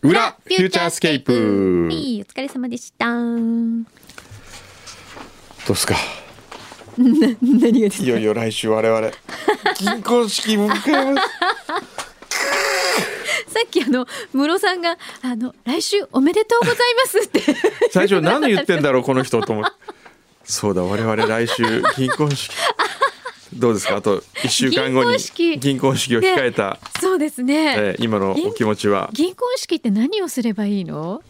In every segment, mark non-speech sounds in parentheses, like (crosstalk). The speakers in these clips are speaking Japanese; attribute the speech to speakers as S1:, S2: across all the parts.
S1: フューチャースケープ
S2: はい、お疲れ様でした。何
S1: どうすか
S2: がです
S1: いよいよ来週我々銀婚式迎えます
S2: さっきあの室さんがあの来週おめでとうございます (laughs) って。
S1: (laughs) 最初何言ってんだろうこの人と思ってそうだ我々来週銀婚式どうですかあと1週間後
S2: 銀
S1: に
S2: 婚式
S1: 銀婚式を控えた、
S2: そうですね。
S1: えー今のお気持ちは
S2: 銀婚式って何をすればいいの？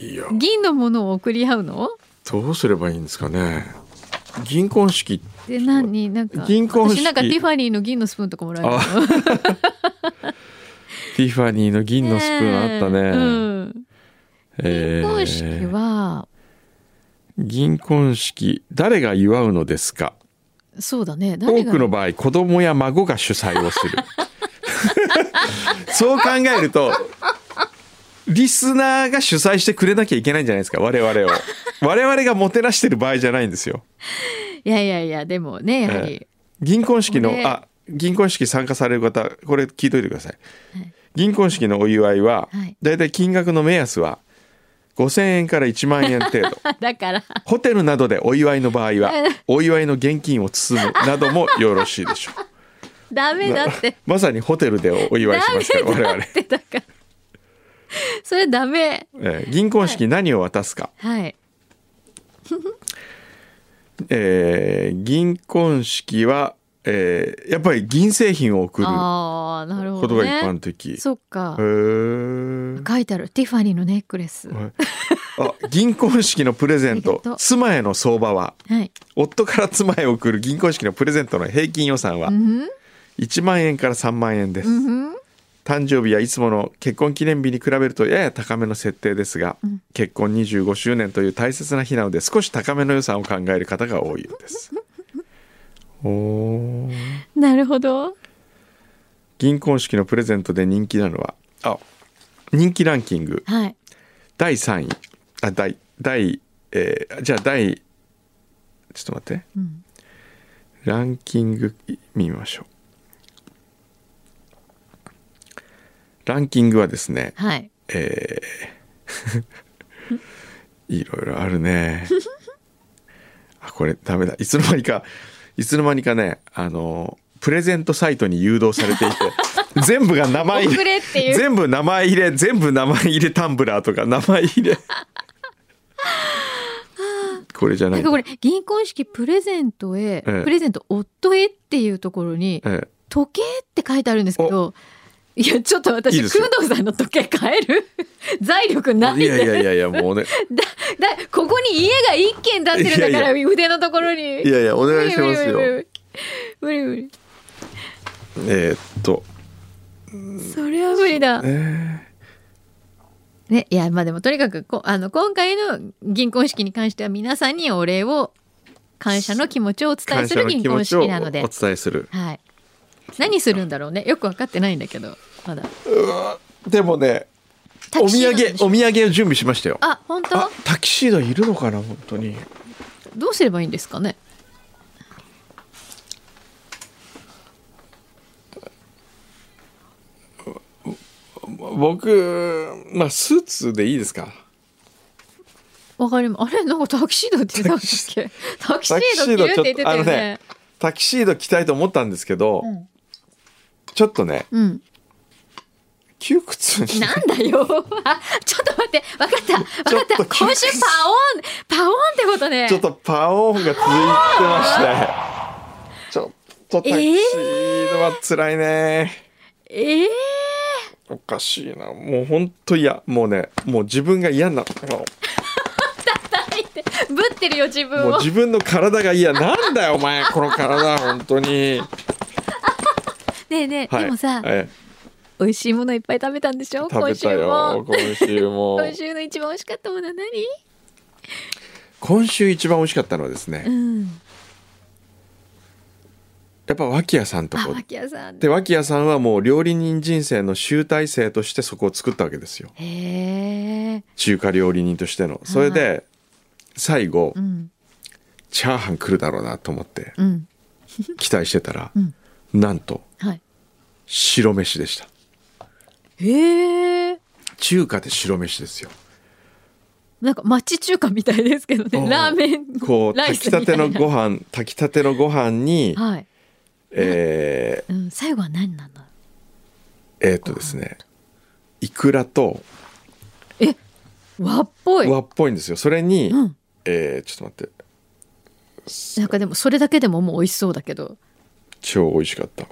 S1: いや
S2: 銀のものを送り合うの？
S1: どうすればいいんですかね銀婚式
S2: で何なんか
S1: 銀婚式
S2: 私なんかティファニーの銀のスプーンとかもらえるの (laughs)
S1: あ。ティファニーの銀のスプーンあったね、
S2: うん
S1: えー
S2: 銀婚式は
S1: 銀婚式誰が祝うのですか
S2: そうだね。
S1: 多
S2: 誰が
S1: くの場合子供や孫が主催をするそう考えるとリスナーが主催してくれなきゃいけないんじゃないですか我々を我々がもてなしてる場合じゃないんですよ、
S2: いやいやいやでもねやはり、
S1: ええ銀婚式の
S2: これ
S1: あ銀婚式参加される方これ聞いといてください、
S2: はい
S1: 銀婚式のお祝いは、
S2: はい
S1: だいたい金額の目安は5,000円から1万円程
S2: (laughs)
S1: 度
S2: だから
S1: ホテルなどでお祝いの場合
S2: (laughs)
S1: はお祝いの現金を包むなどもよろしいでしょう
S2: ダメだって。
S1: まさにホテルでお祝いしますから我々
S2: っ、てだからそれダメ
S1: えー銀婚式何を渡すか、
S2: はい
S1: えー銀婚式は、えーやっぱり銀製品を贈るこ
S2: ああなるほ
S1: と
S2: ど
S1: が
S2: ね
S1: 一般的、
S2: そっか
S1: へー
S2: 書いてあるティファニーのネックレスは
S1: はいあ銀婚式のプレゼン
S2: あり
S1: ト
S2: がとう
S1: 妻への相場はい夫から妻へ贈る銀婚式のプレゼントの平均予算は
S2: うんふん
S1: 1万円から3万円です、
S2: うんふん
S1: 誕生日やいつもの結婚記念日に比べるとやや高めの設定ですが、
S2: うん
S1: 結婚25周年という大切な日なので少し高めの予算を考える方が多いようです。 (laughs) おー
S2: なるほど
S1: 銀婚式のプレゼントで人気なのはあ人気ランキング
S2: はい
S1: 第3位あ第第、えーじゃあ第ちょっと待って
S2: うん
S1: ランキング見ましょう。ランキングはですね、
S2: はい
S1: えー (laughs) いろいろあるねあこれダメだいつの間にかいつの間にかねあのプレゼントサイトに誘導されていて (laughs) 全部が名前入
S2: 遅
S1: れ
S2: れっていう
S1: 全部名前入れ全部名前入れタンブラーとか名前入れこれじゃな
S2: ないんかこれ銀婚式プレゼント
S1: え
S2: へ、
S1: え
S2: プレゼント夫へっていうところに
S1: え
S2: 時計って書いてあるんですけどいやちょっと私
S1: いいですよ
S2: 工藤さんの時計変える (laughs) 財力ない
S1: え、い
S2: で
S1: やいやいやいやもう
S2: (laughs)
S1: ね
S2: だだここに家が一軒建ってるんだから
S1: い
S2: 腕のところに
S1: いやいやお願いしますよ
S2: 無理無理無理無理無理無理
S1: えーっと
S2: それは無理だ
S1: え
S2: ねいやまあでもとにかくこあの今回の銀婚式に関しては皆さんにお礼を感謝の気持ちを
S1: ー
S2: お伝え
S1: 感
S2: す
S1: 謝
S2: る
S1: の
S2: 銀
S1: 気持
S2: 婚
S1: ちをお
S2: 式なので
S1: 伝えする
S2: はい何するんだろうねよく分かってないんだけどまだ
S1: でもね
S2: タ
S1: お
S2: キシ
S1: 土
S2: ード
S1: 産
S2: でしょ
S1: お土産を準備しましたよ
S2: あ本当
S1: あタキシードいるのかな本当に
S2: どうすればいいんですかね
S1: 僕まあスーツでいいですか
S2: わかりまあれなんかタキシードって言ってたんですっけタキシード着るって言ってたよね
S1: タキシード着たいと思ったんですけど、
S2: うん
S1: ちょっとね
S2: うん
S1: 窮屈に
S2: なんだよ。 (laughs) あ、ちょっと待って。わかった。わかっ
S1: ちょ
S2: た。
S1: っと
S2: 今週パオン、パオンってことね。
S1: ちょっとパオーンが続いてましてちょっとタキシードは辛いね、
S2: ええ
S1: おかしいなもう本当嫌もうねもう自分が嫌になったも
S2: ぶってるよ自分
S1: う
S2: を。
S1: 自分の体が嫌なんだよお前この体本当に、
S2: ねえねえ、
S1: はい、
S2: でもさ、
S1: ええ
S2: 美味しいものいっぱい食べたんでしょ。
S1: 食べ
S2: 今
S1: た
S2: 週
S1: よ
S2: も。
S1: 今週も
S2: (laughs) 今週の一番美味しかったものは何？
S1: 今週一番美味しかったのはですね、
S2: うん。
S1: やっぱ脇屋さんと
S2: あ、
S1: こ
S2: 脇屋さん。
S1: で脇屋さんはもう料理人人生の集大成としてそこを作ったわけですよ
S2: へえ。
S1: 中華料理人としてのそれで最後
S2: うん
S1: チャーハン来るだろうなと思って
S2: うん
S1: 期待してたら
S2: うん。
S1: なんと
S2: はい。
S1: 白飯でした
S2: へえ。
S1: 中華で白飯ですよ
S2: なんか町中華みたいですけど
S1: う
S2: ね
S1: ん
S2: ラーメン
S1: こう
S2: (laughs) ライ
S1: 炊き
S2: ス
S1: た
S2: みた
S1: て
S2: いな
S1: のご飯炊きたてのご飯に、
S2: はい、
S1: え
S2: うん、最後は何なんだ
S1: ー、えーっとですねいくらと
S2: 和っぽい
S1: 和っぽいんですよそれに、
S2: うん、
S1: えーちょっと待って
S2: なんかでもそれだけでももう美味しそうだけど
S1: 超美味しかった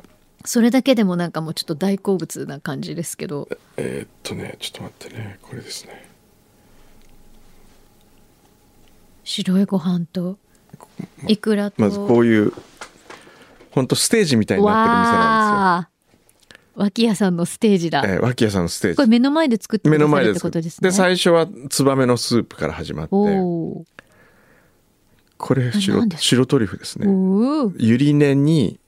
S2: それだけでもなんかもうちょっと大好物な感じですけど
S1: えーっとねちょっと待ってねこれですね
S2: 白いご飯といくらと、
S1: まずこういう本当ステージみたいになってる店なん
S2: わあ脇屋さんのステージだ、
S1: ですよ、えー、脇屋さんのステー
S2: こ
S1: ジ
S2: れ目の前で作って
S1: 目
S2: く
S1: の
S2: ださ
S1: 前
S2: る
S1: で
S2: って
S1: す
S2: ことですね
S1: で最初はツバメのスープから始まって
S2: おお
S1: これ白
S2: 何ですか
S1: 白トリュフです
S2: ー
S1: ね
S2: おー
S1: ゆり根に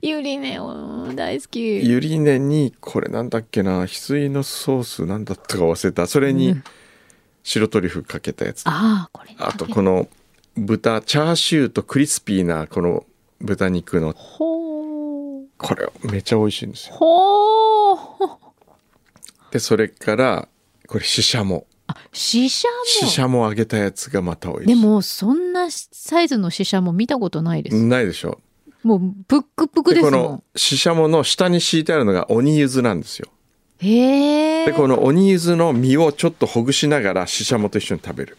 S2: ゆりねお大好き
S1: ゆり根にこれなんだっけな翡翠のソースなんだったか忘れたそれ
S2: う
S1: に
S2: ん
S1: 白トリュフかけたやつあ
S2: ああこれ
S1: とこの豚チャーシューとクリスピーなこの豚肉の
S2: ほう
S1: これめちゃ美味しいんですよ
S2: ほう
S1: でそれからこれししゃも
S2: あシシャも
S1: ししゃも揚げたやつがまた美味しい
S2: でもそんなサイズのシシャも見たことないです、
S1: ないでしょ
S2: もうブックブク
S1: で
S2: です
S1: こ
S2: も
S1: の
S2: ん
S1: ししゃもの下に敷いてあるのが鬼ゆずなんですよ
S2: へえ
S1: でこの鬼ゆずの身をちょっとほぐしながらししゃもと一緒に食べる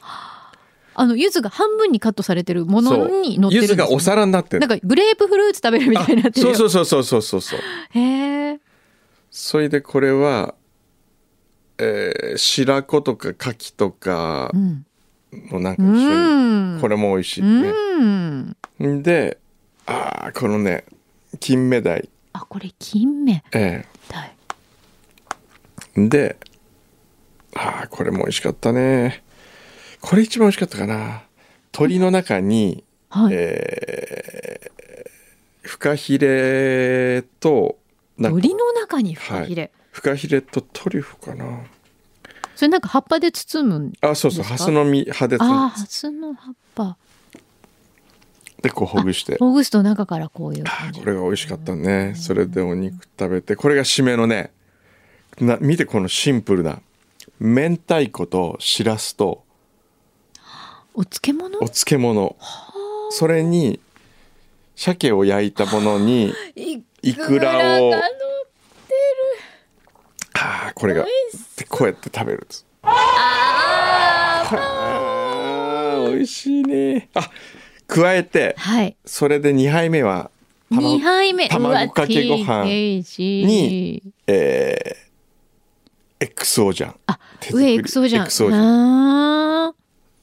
S2: あの柚子が半分にカットされてるものに乗って
S1: ゆ
S2: るんです
S1: ず
S2: よね
S1: がお皿になって
S2: な
S1: る
S2: んかグレープフルーツ食べるみたいになってる
S1: そう
S2: よ
S1: そうそうそうそうそうそう
S2: へえ
S1: それでこれはえー白子とか牡蠣とか
S2: うん
S1: もなんか
S2: う
S1: 一緒に
S2: ん
S1: これも美味しいね
S2: うん
S1: であーこのね金目鯛
S2: あこれ金目
S1: え
S2: 鯛
S1: えであーこれも美味しかったねこれ一番美味しかったかな鳥の中に
S2: はい、
S1: えー、フカヒレとなんか
S2: 鳥の中にフカヒレ、
S1: フカヒレとトリュフかな
S2: それなんか葉っぱで包むん
S1: あそうそう
S2: です
S1: ハ
S2: か
S1: スの実派で
S2: ああハスの葉っぱ
S1: でこうほぐして
S2: オーグストの中からこういう
S1: あ
S2: 感じ
S1: これが美味しかったねそれでお肉食べてこれが締めのねな見てこのシンプルな明太子としらすと
S2: お漬物
S1: お漬物それに鮭を焼いたものに
S2: い
S1: いくらを
S2: が乗っ
S1: あーこれがでこうやって食べるんです
S2: あー
S1: あー美味しいねあ加えて
S2: はい
S1: それで2杯目は
S2: 二
S1: 卵、
S2: 杯目
S1: 卵かけご飯に
S2: に
S1: えー、XO じゃん
S2: あ
S1: 手作り
S2: 上エクソじゃん
S1: XO じゃん
S2: あー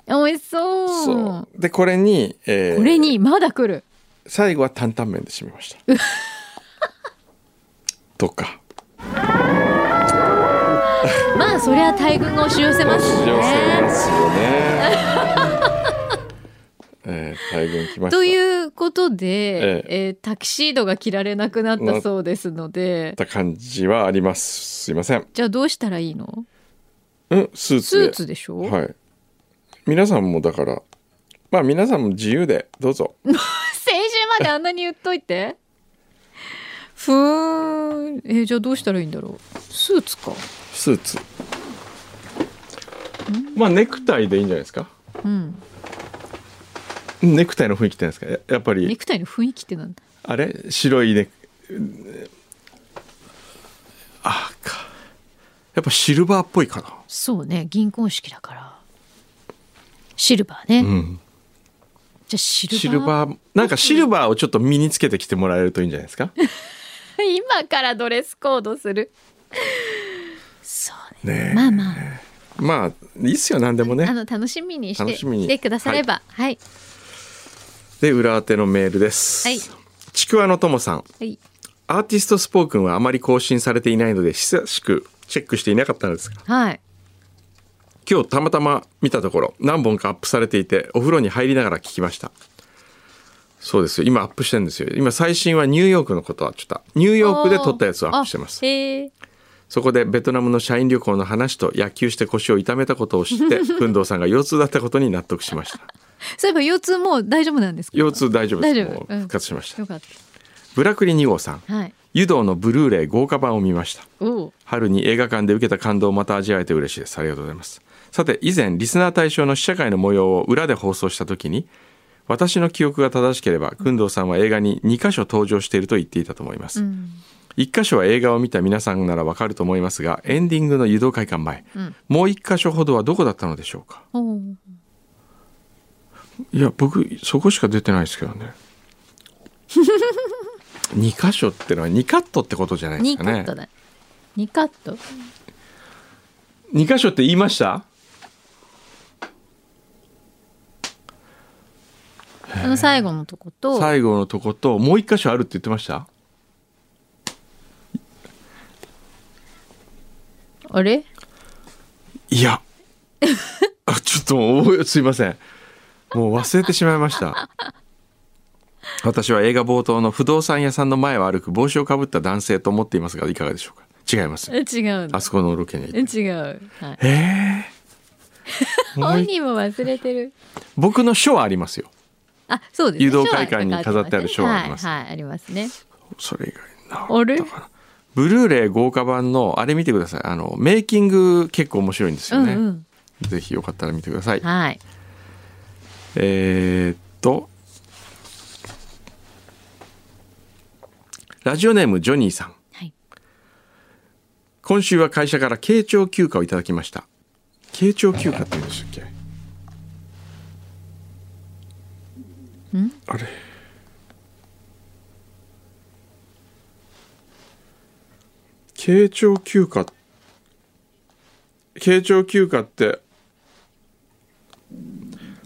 S2: 美味しそう
S1: そうでこれに、えー
S2: これにまだ来る
S1: 最後は担々麺で締めました
S2: (laughs)
S1: とか
S2: まあそりゃ大群が押し寄せますよ
S1: 押し寄せま
S2: ね
S1: すよね (laughs) えー、大群来ました
S2: ということで
S1: え、
S2: えータキシードが着られなくなったそうですので
S1: た感じはありますすいません
S2: じゃあどうしたらいいの
S1: うんスーツ
S2: ス
S1: で
S2: ーツでしょ、
S1: はい皆さんもだからまあ皆さんも自由でどうぞ
S2: 先週まであんなに言っといてふーんえーじゃあどうしたらいいんだろうスーツか
S1: スーツまあネクタイでいいんじゃないですか
S2: うん
S1: ネクタイの雰囲気ってないですかややっぱ
S2: ネ
S1: り
S2: クタイの雰囲気ってなんだ
S1: あれ白いネクあーかやっぱシルバーっぽいかな
S2: そうね銀婚式だからシルバーね、
S1: うん
S2: じゃあシル
S1: シルバ
S2: バー
S1: ーなんかシルバーをちょっと身につけてきてもらえるといいんじゃないですか
S2: (laughs) 今からドレスコードするそうね
S1: ねえ
S2: まあまあ
S1: まあいいっすよ何でもね
S2: あの楽しみにして
S1: 楽しみに
S2: 来てくださればはい
S1: で裏宛てのメールです、
S2: はい
S1: ちくわのともさん
S2: はい、
S1: アーティストスポークンはあまり更新されていないので久しくチェックしていなかったのですが
S2: はい、
S1: 今日たまたま見たところ何本かアップされていてお風呂に入りながら聞きましたそうですよ今アップしてるんですよ今最新はニューヨークのことはちょっとニューヨークで撮ったやつをアップしてます
S2: あへえ
S1: そこでベトナムの社員旅行の話と野球して腰を痛めたことを知って (laughs) 文藤さんが腰痛だったことに納得しました
S2: そういえば腰痛もう大丈夫なんですか
S1: 腰痛大丈夫です
S2: 大丈夫
S1: もう復活しました、
S2: よかっ
S1: ブラクリ2号さん
S2: たはい
S1: 湯道のブルーレイ豪華版を見ました
S2: おう
S1: 春に映画館で受けた感動をまた味わえて嬉しいですありがとうございますさて以前リスナー対象の試写会の模様を裏で放送した時に私の記憶が正しければ工藤さんは映画に2箇所登場していると言っていたと思います、
S2: うん
S1: 一箇所は映画を見た皆さんならわかると思いますがエンディングの誘導会館前、
S2: うん
S1: もう一箇所ほどはどこだったのでしょうか
S2: おう
S1: いや僕そこしか出てないですけど
S2: (laughs)
S1: ね二箇所ってのは二カットってことじゃないです
S2: 二
S1: か
S2: カ
S1: ね
S2: ットだ二カット
S1: 二箇所って言いました
S2: あの最後のとこと
S1: 最後のとこともう一箇所あるって言ってました
S2: あれ
S1: いや (laughs) あちょっともう覚えすいませんもう忘れてしまいました私は映画冒頭の不動産屋さんの前を歩く帽子をかぶった男性と思っていますがいかがでしょうか違います
S2: え違うの
S1: あそこのロケに行っ
S2: え
S1: て
S2: 違う、はい、
S1: えー、もう
S2: 本
S1: 一
S2: 人も忘れてる
S1: 僕の書はありますよ
S2: あそうですね
S1: 誘導会館に飾ってある
S2: 書は
S1: 書はあります
S2: はい、はい、ありますね
S1: それ以外な
S2: あれ
S1: ブルーレイ豪華版のあれ見てくださいあのメイキング結構面白いんですよね、
S2: うんうん
S1: ぜひよかったら見てください、
S2: はい
S1: えーっとラジオネームジョニーさん
S2: はい
S1: 今週は会社から慶長休暇をいただきました慶長休暇って言うんでしたっけ
S2: ん
S1: あれ慶長休暇慶長休暇って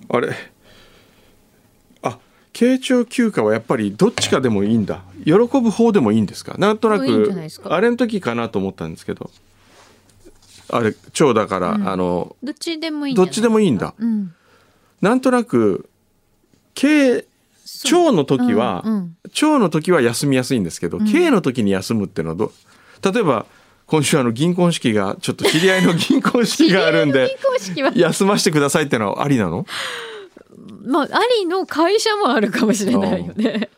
S1: あれあ慶長休暇はやっぱりどっちかでもいいんだ喜ぶ方でもいいんですかなんとなく
S2: いいんじゃないですか
S1: あれの時かなと思ったんですけどあれ長だから、あの
S2: どっちでもいいんじゃ
S1: ど
S2: な
S1: っ
S2: い
S1: ちでもいいんだ
S2: うん
S1: なんとなく慶長の時は、
S2: うんうん
S1: 長の時は休みやすいんですけど、慶の時に休むっていうのはどう例えば今週あの銀婚式がちょっと知り合いの銀婚式があるんで
S2: 結婚式は
S1: 休ませてくださいってのはありなの
S2: まあありの会社もあるかもしれないよね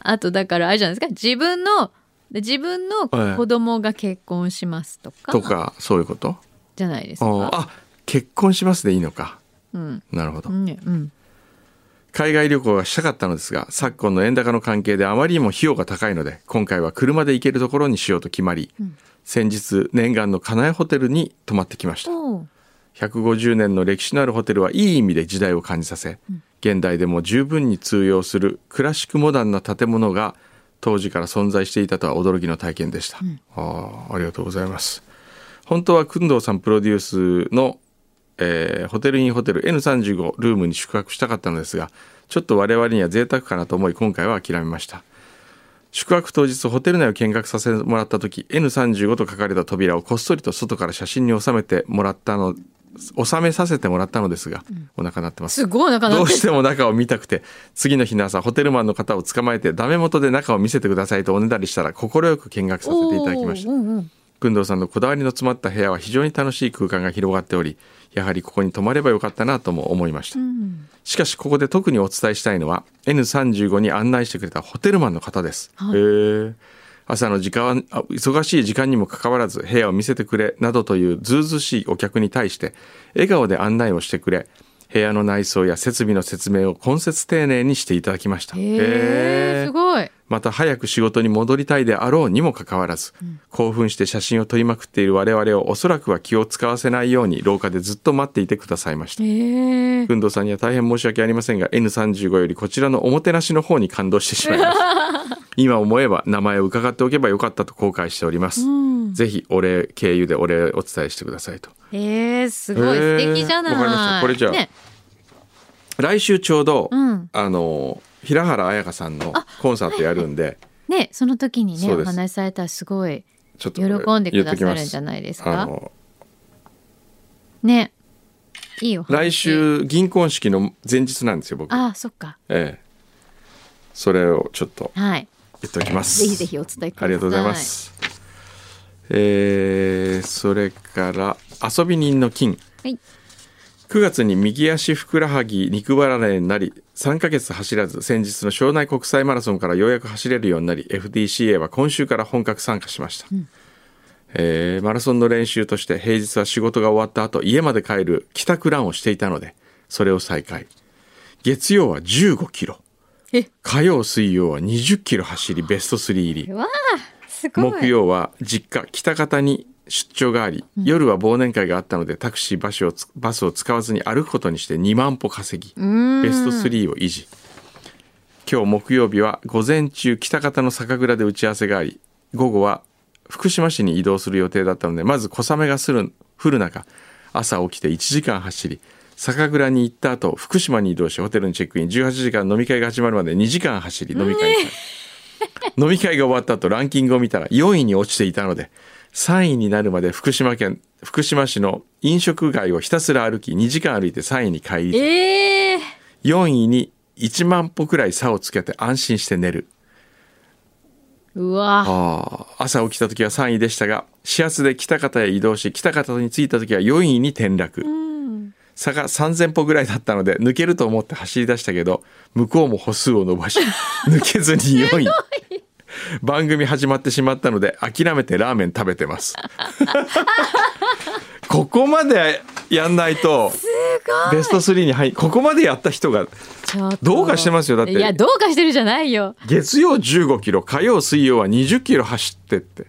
S2: あとだからあれじゃないですか自分ので自分の
S1: はい
S2: 子供が結婚しますとか
S1: とかそういうこと
S2: じゃないです
S1: あ
S2: か
S1: あ結婚しますでいいのか
S2: うん
S1: なるほど、
S2: ねうん
S1: 海外旅行がしたかったのですが昨今の円高の関係であまりにも費用が高いので今回は車で行けるところにしようと決まり、
S2: うん
S1: 先日念願の金谷ホテルに泊まってきました
S2: おう
S1: 150年の歴史のあるホテルはいい意味で時代を感じさせ、現代でも十分に通用するクラシックモダンな建物が当時から存在していたとは驚きの体験でした、あーありがとうございます本当は工藤さんプロデュースの、えーホテルインホテル N35 ルームに宿泊したかったのですがちょっと我々には贅沢かなと思い今回は諦めました宿泊当日ホテル内を見学させてもらった時 N35 と書かれた扉をこっそりと外から写真に収めてもらったの収めさせてもらったのですが、お腹鳴ってます
S2: すごいなかな
S1: ど
S2: か
S1: うしても中を見たくて次の日の朝ホテルマンの方を捕まえてダメ元で中を見せてくださいとおねだりしたら快く見学させていただきました
S2: おううんうん
S1: 工藤さんのこだわりの詰まった部屋は非常に楽しい空間が広がっておりやはりここに泊まればよかったなとも思いました、
S2: ん
S1: しかしここで特にお伝えしたいのは N35 に案内してくれたホテルマンの方です、
S2: はい
S1: へえ朝の時間あ忙しい時間にもかかわらず部屋を見せてくれなどというずうずうしいお客に対して笑顔で案内をしてくれ部屋の内装や設備の説明を懇切丁寧にしていただきました
S2: へえすごい
S1: また早く仕事に戻りたいであろうにもかかわらず、興奮して写真を撮りまくっている我々をおそらくは気を使わせないように廊下でずっと待っていてくださいました。
S2: へえ
S1: くんどうさんには大変申し訳ありませんが N35 よりこちらのおもてなしの方に感動してしまい
S2: (laughs)
S1: ました。今思えば名前を伺っておけばよかったと後悔しております。
S2: うん
S1: ぜひお礼経由でお礼をお伝えしてくださいと。
S2: へえすごい
S1: へ
S2: 素
S1: ー
S2: 敵じゃない
S1: わかりましたこれじゃあ
S2: ね
S1: 来週ちょうど、
S2: うん
S1: あの平原綾香さんのコンサートやるんで、
S2: ねその時にね
S1: そう
S2: お
S1: です
S2: 話しされたらすごい
S1: ちょっと
S2: 喜んでくださるんじゃ
S1: い
S2: ないで
S1: です
S2: か
S1: あの
S2: ねいいお話
S1: 来週銀婚式の前日なんですよ僕、え
S2: ああそっか
S1: え、それをちょっと
S2: はい
S1: 言っておきます
S2: ぜひぜひお伝えください
S1: ありがとうございますえーそれから遊び人の金
S2: はい
S1: 9月に右足ふくらはぎ肉離れになり3ヶ月走らず先日の庄内国際マラソンからようやく走れるようになり FDCA は今週から本格参加しました、えーマラソンの練習として平日は仕事が終わった後家まで帰る帰宅ランをしていたのでそれを再開月曜は1 5キロ
S2: え
S1: 火曜水曜は2 0キロ走りベスト3入り
S2: わあすごい
S1: 木曜は実家北方に出張があり、夜は忘年会があったのでタクシーバスをつバスを使わずに歩くことにして2万歩稼ぎ
S2: ん
S1: ベスト3を維持今日木曜日は午前中北方の酒蔵で打ち合わせがあり午後は福島市に移動する予定だったのでまず小雨がする降る中朝起きて1時間走り酒蔵に行った後福島に移動しホテルにチェックイン18時間飲み会が始まるまで2時間走り飲み会に参加飲み会が終わった後ランキングを見たら4位に落ちていたので3位になるまで福島県福島市の飲食街をひたすら歩き2時間歩いて3位に帰り
S2: ええ
S1: 4位に1万歩くらい差をつけて安心して寝る
S2: うわ
S1: あー朝起きた時は3位でしたが始発で北方へ移動し北方に着いた時は4位に転落差が3,000歩ぐらいだったので抜けると思って走り出したけど向こうも歩数を伸ば (laughs) し抜けずに4位番組始まってしまったので諦めてラーメン食べてます (laughs) ここまでやんない (laughs) とベスト3に入りここまでやった人が
S2: ちょっと
S1: どうかしてますよだって
S2: いやどうかしてるじゃないよ
S1: 月曜15キロ火曜水曜は20キロ走ってって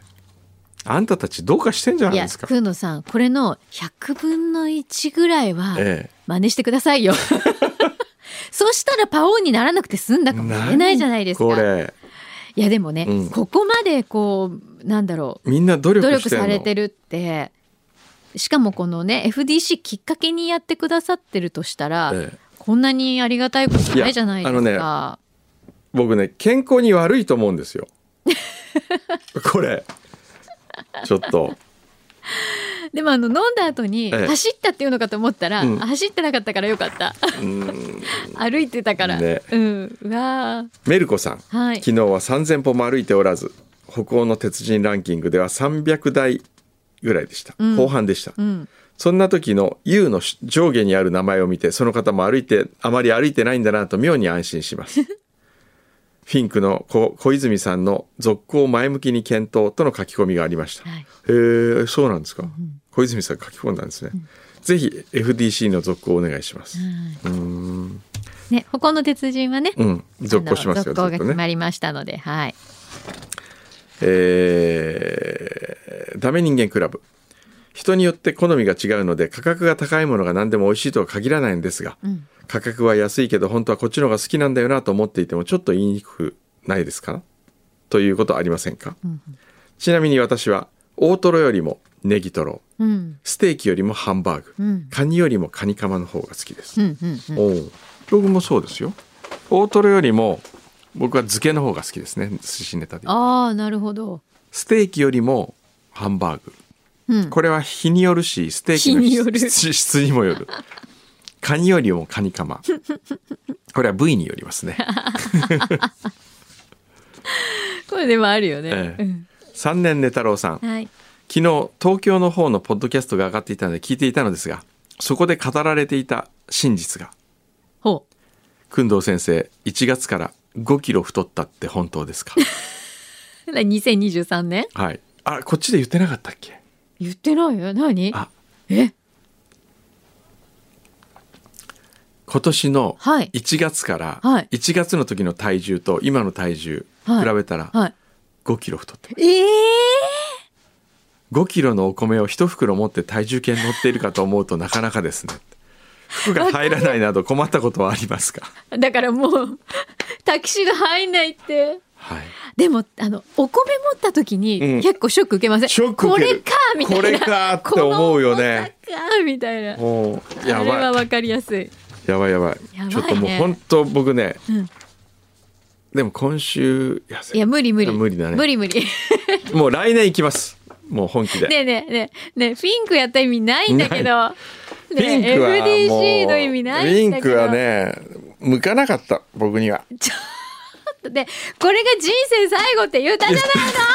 S1: あんたたちどうかしてんじゃないい
S2: や
S1: ですか
S2: くのさんこれの100分の1ぐらいは
S1: ええ
S2: 真似してくださいよ (laughs) そしたらパオンにならなくて済んだかもしれないじゃないですか
S1: これ
S2: いやでもね、
S1: うん
S2: ここまでこうなんだろう
S1: みんな努力
S2: 努
S1: し
S2: 力
S1: てんの
S2: されてるってしかもこのね FDC きっかけにやってくださってるとしたら、
S1: ええ
S2: こんなにありがたいことないじゃないです
S1: いや
S2: か。
S1: 僕ね健康に悪いと思うん
S2: (laughs)
S1: ですよこれちょっと
S2: でもあの飲んだ後
S1: え
S2: に
S1: え
S2: 走ったっていうのかと思ったら、
S1: うん
S2: あ走ってなかったからよかった
S1: うーん
S2: (laughs) 歩いてたから、
S1: ね
S2: うんうわ
S1: メルコさん
S2: ーはい
S1: 昨日は3,000歩も歩いておらず北欧の鉄人ランキングでは300台ぐらいでした、
S2: うん
S1: 後半でした、
S2: うん
S1: そんな時の U の上下にある名前を見てその方も歩いてあまり歩いてないんだなと妙に安心しますフィンクの小小泉さんの「続行前向きに検討」との書き込みがありました、
S2: はい
S1: へえそうなんですか、小泉さん書き込んだんですね、ぜひ FDC の続行お願いします、
S2: は
S1: うーん
S2: いね歩行の鉄人はね、
S1: うん続行します
S2: あの
S1: よ
S2: 続
S1: ず
S2: 行が
S1: っと
S2: 決
S1: ね
S2: まりましたので、はい
S1: えーダメ人間クラブ人によって好みが違うので価格が高いものが何でも美味しいとは限らないんですが、
S2: ん
S1: 価格は安いけど本当はこっちの方が好きなんだよなと思っていてもちょっと言いにくくないですかということありませんか、ちなみに私は大トロよりもネギトロ
S2: うん
S1: ステーキよりもハンバーグ、
S2: うん
S1: カニよりもカニカマの方が好きです、
S2: うんうんうん
S1: おう僕もそうですよ大トロよりも僕は漬けの方が好きですね寿司ネタで言うと
S2: ああなるほど、
S1: ステーキよりもハンバーグ。
S2: うん、
S1: これは日によるし、ステーキの
S2: 日による
S1: 質質にもよる。カニよりもカニカマ。これは部位によりますね。
S2: これでもあるよね、
S1: ええ
S2: うん
S1: 三年寝太郎さん。
S2: はい
S1: 昨日、東京の方のポッドキャストが上がっていたので聞いていたのですが、そこで語られていた真実が、
S2: ほう
S1: 工藤先生、1月から5キロ太ったって本当ですか
S2: 2023年
S1: はい。あ、こっちで言ってなかったっけ
S2: 言ってないよ何
S1: あ、
S2: え
S1: 今年の
S2: はい
S1: 1月から
S2: はい
S1: 1月の時の体重と今の体重比
S2: はい
S1: べたら
S2: はい
S1: 5キロ太って
S2: ええ
S1: 5キロのお米を一袋持って体重計に乗っているかと思うとなかなかですね服が入らないなど困ったことはありますか
S2: だからもう (laughs) タキシード入んないって
S1: はい
S2: でもあのお米持った時に
S1: うん
S2: 結構ショック受けません、
S1: ショック受
S2: こ
S1: け
S2: れ
S1: る
S2: かみたいな
S1: これかって思うよね
S2: この重さかみたいな
S1: もうや
S2: あれは
S1: ば
S2: わかりやすい、
S1: いやばいやばい
S2: やばいね
S1: ちょっともう本当僕ね
S2: うん、
S1: でも今週痩せ
S2: いや無理無理
S1: 無理だね
S2: 無理無理ね
S1: もう来年行きますもう本気で、
S2: えねえねえねえフィンクやった意味ないんだけど
S1: ピンクはもう
S2: FDC の意味ないんだけど
S1: ピンクはね向かなかった僕には
S2: でこれが人生最後って言ったじゃないの言ったじゃな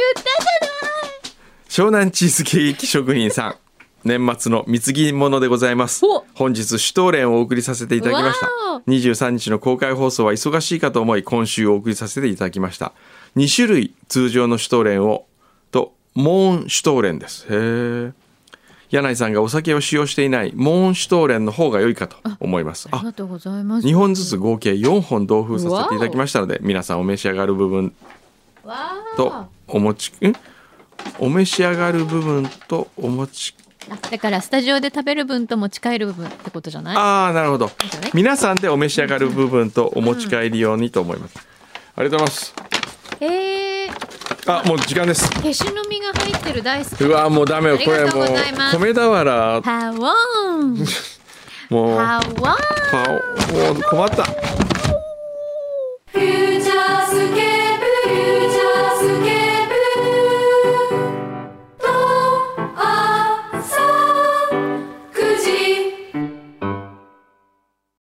S2: い (laughs)
S1: 湘南チーズケーキ職人さん年末の貢ぎ物でございます
S2: お
S1: 本日シュトーレンをお送りさせていただきました
S2: わお
S1: 23日の公開放送は忙しいかと思い今週お送りさせていただきました2種類通常のシュトーレンをとモーンシュトーレンですへえ柳井さんがお酒を使用していないモーンシュトーレンの方が良いかと思います
S2: ありがとうございます
S1: 2本ずつ合計4本同封させていただきましたので皆さんお召し上がる部分
S2: わー
S1: とお持ちんお召し上がる部分とお持ち
S2: あだからスタジオで食べる分と持ち帰る分ってことじゃない
S1: ああなるほど
S2: すよね
S1: 皆さんでお召し上がる部分とお持ち帰り用にと思います、ありがとうございます
S2: えー、
S1: あもう時間です
S2: 消しの実が入ってる大好き
S1: うわもうダメよこれもう
S2: ありがとうございます
S1: 米俵
S2: ハワーン
S1: もう
S2: ハワーン
S1: パオもう困った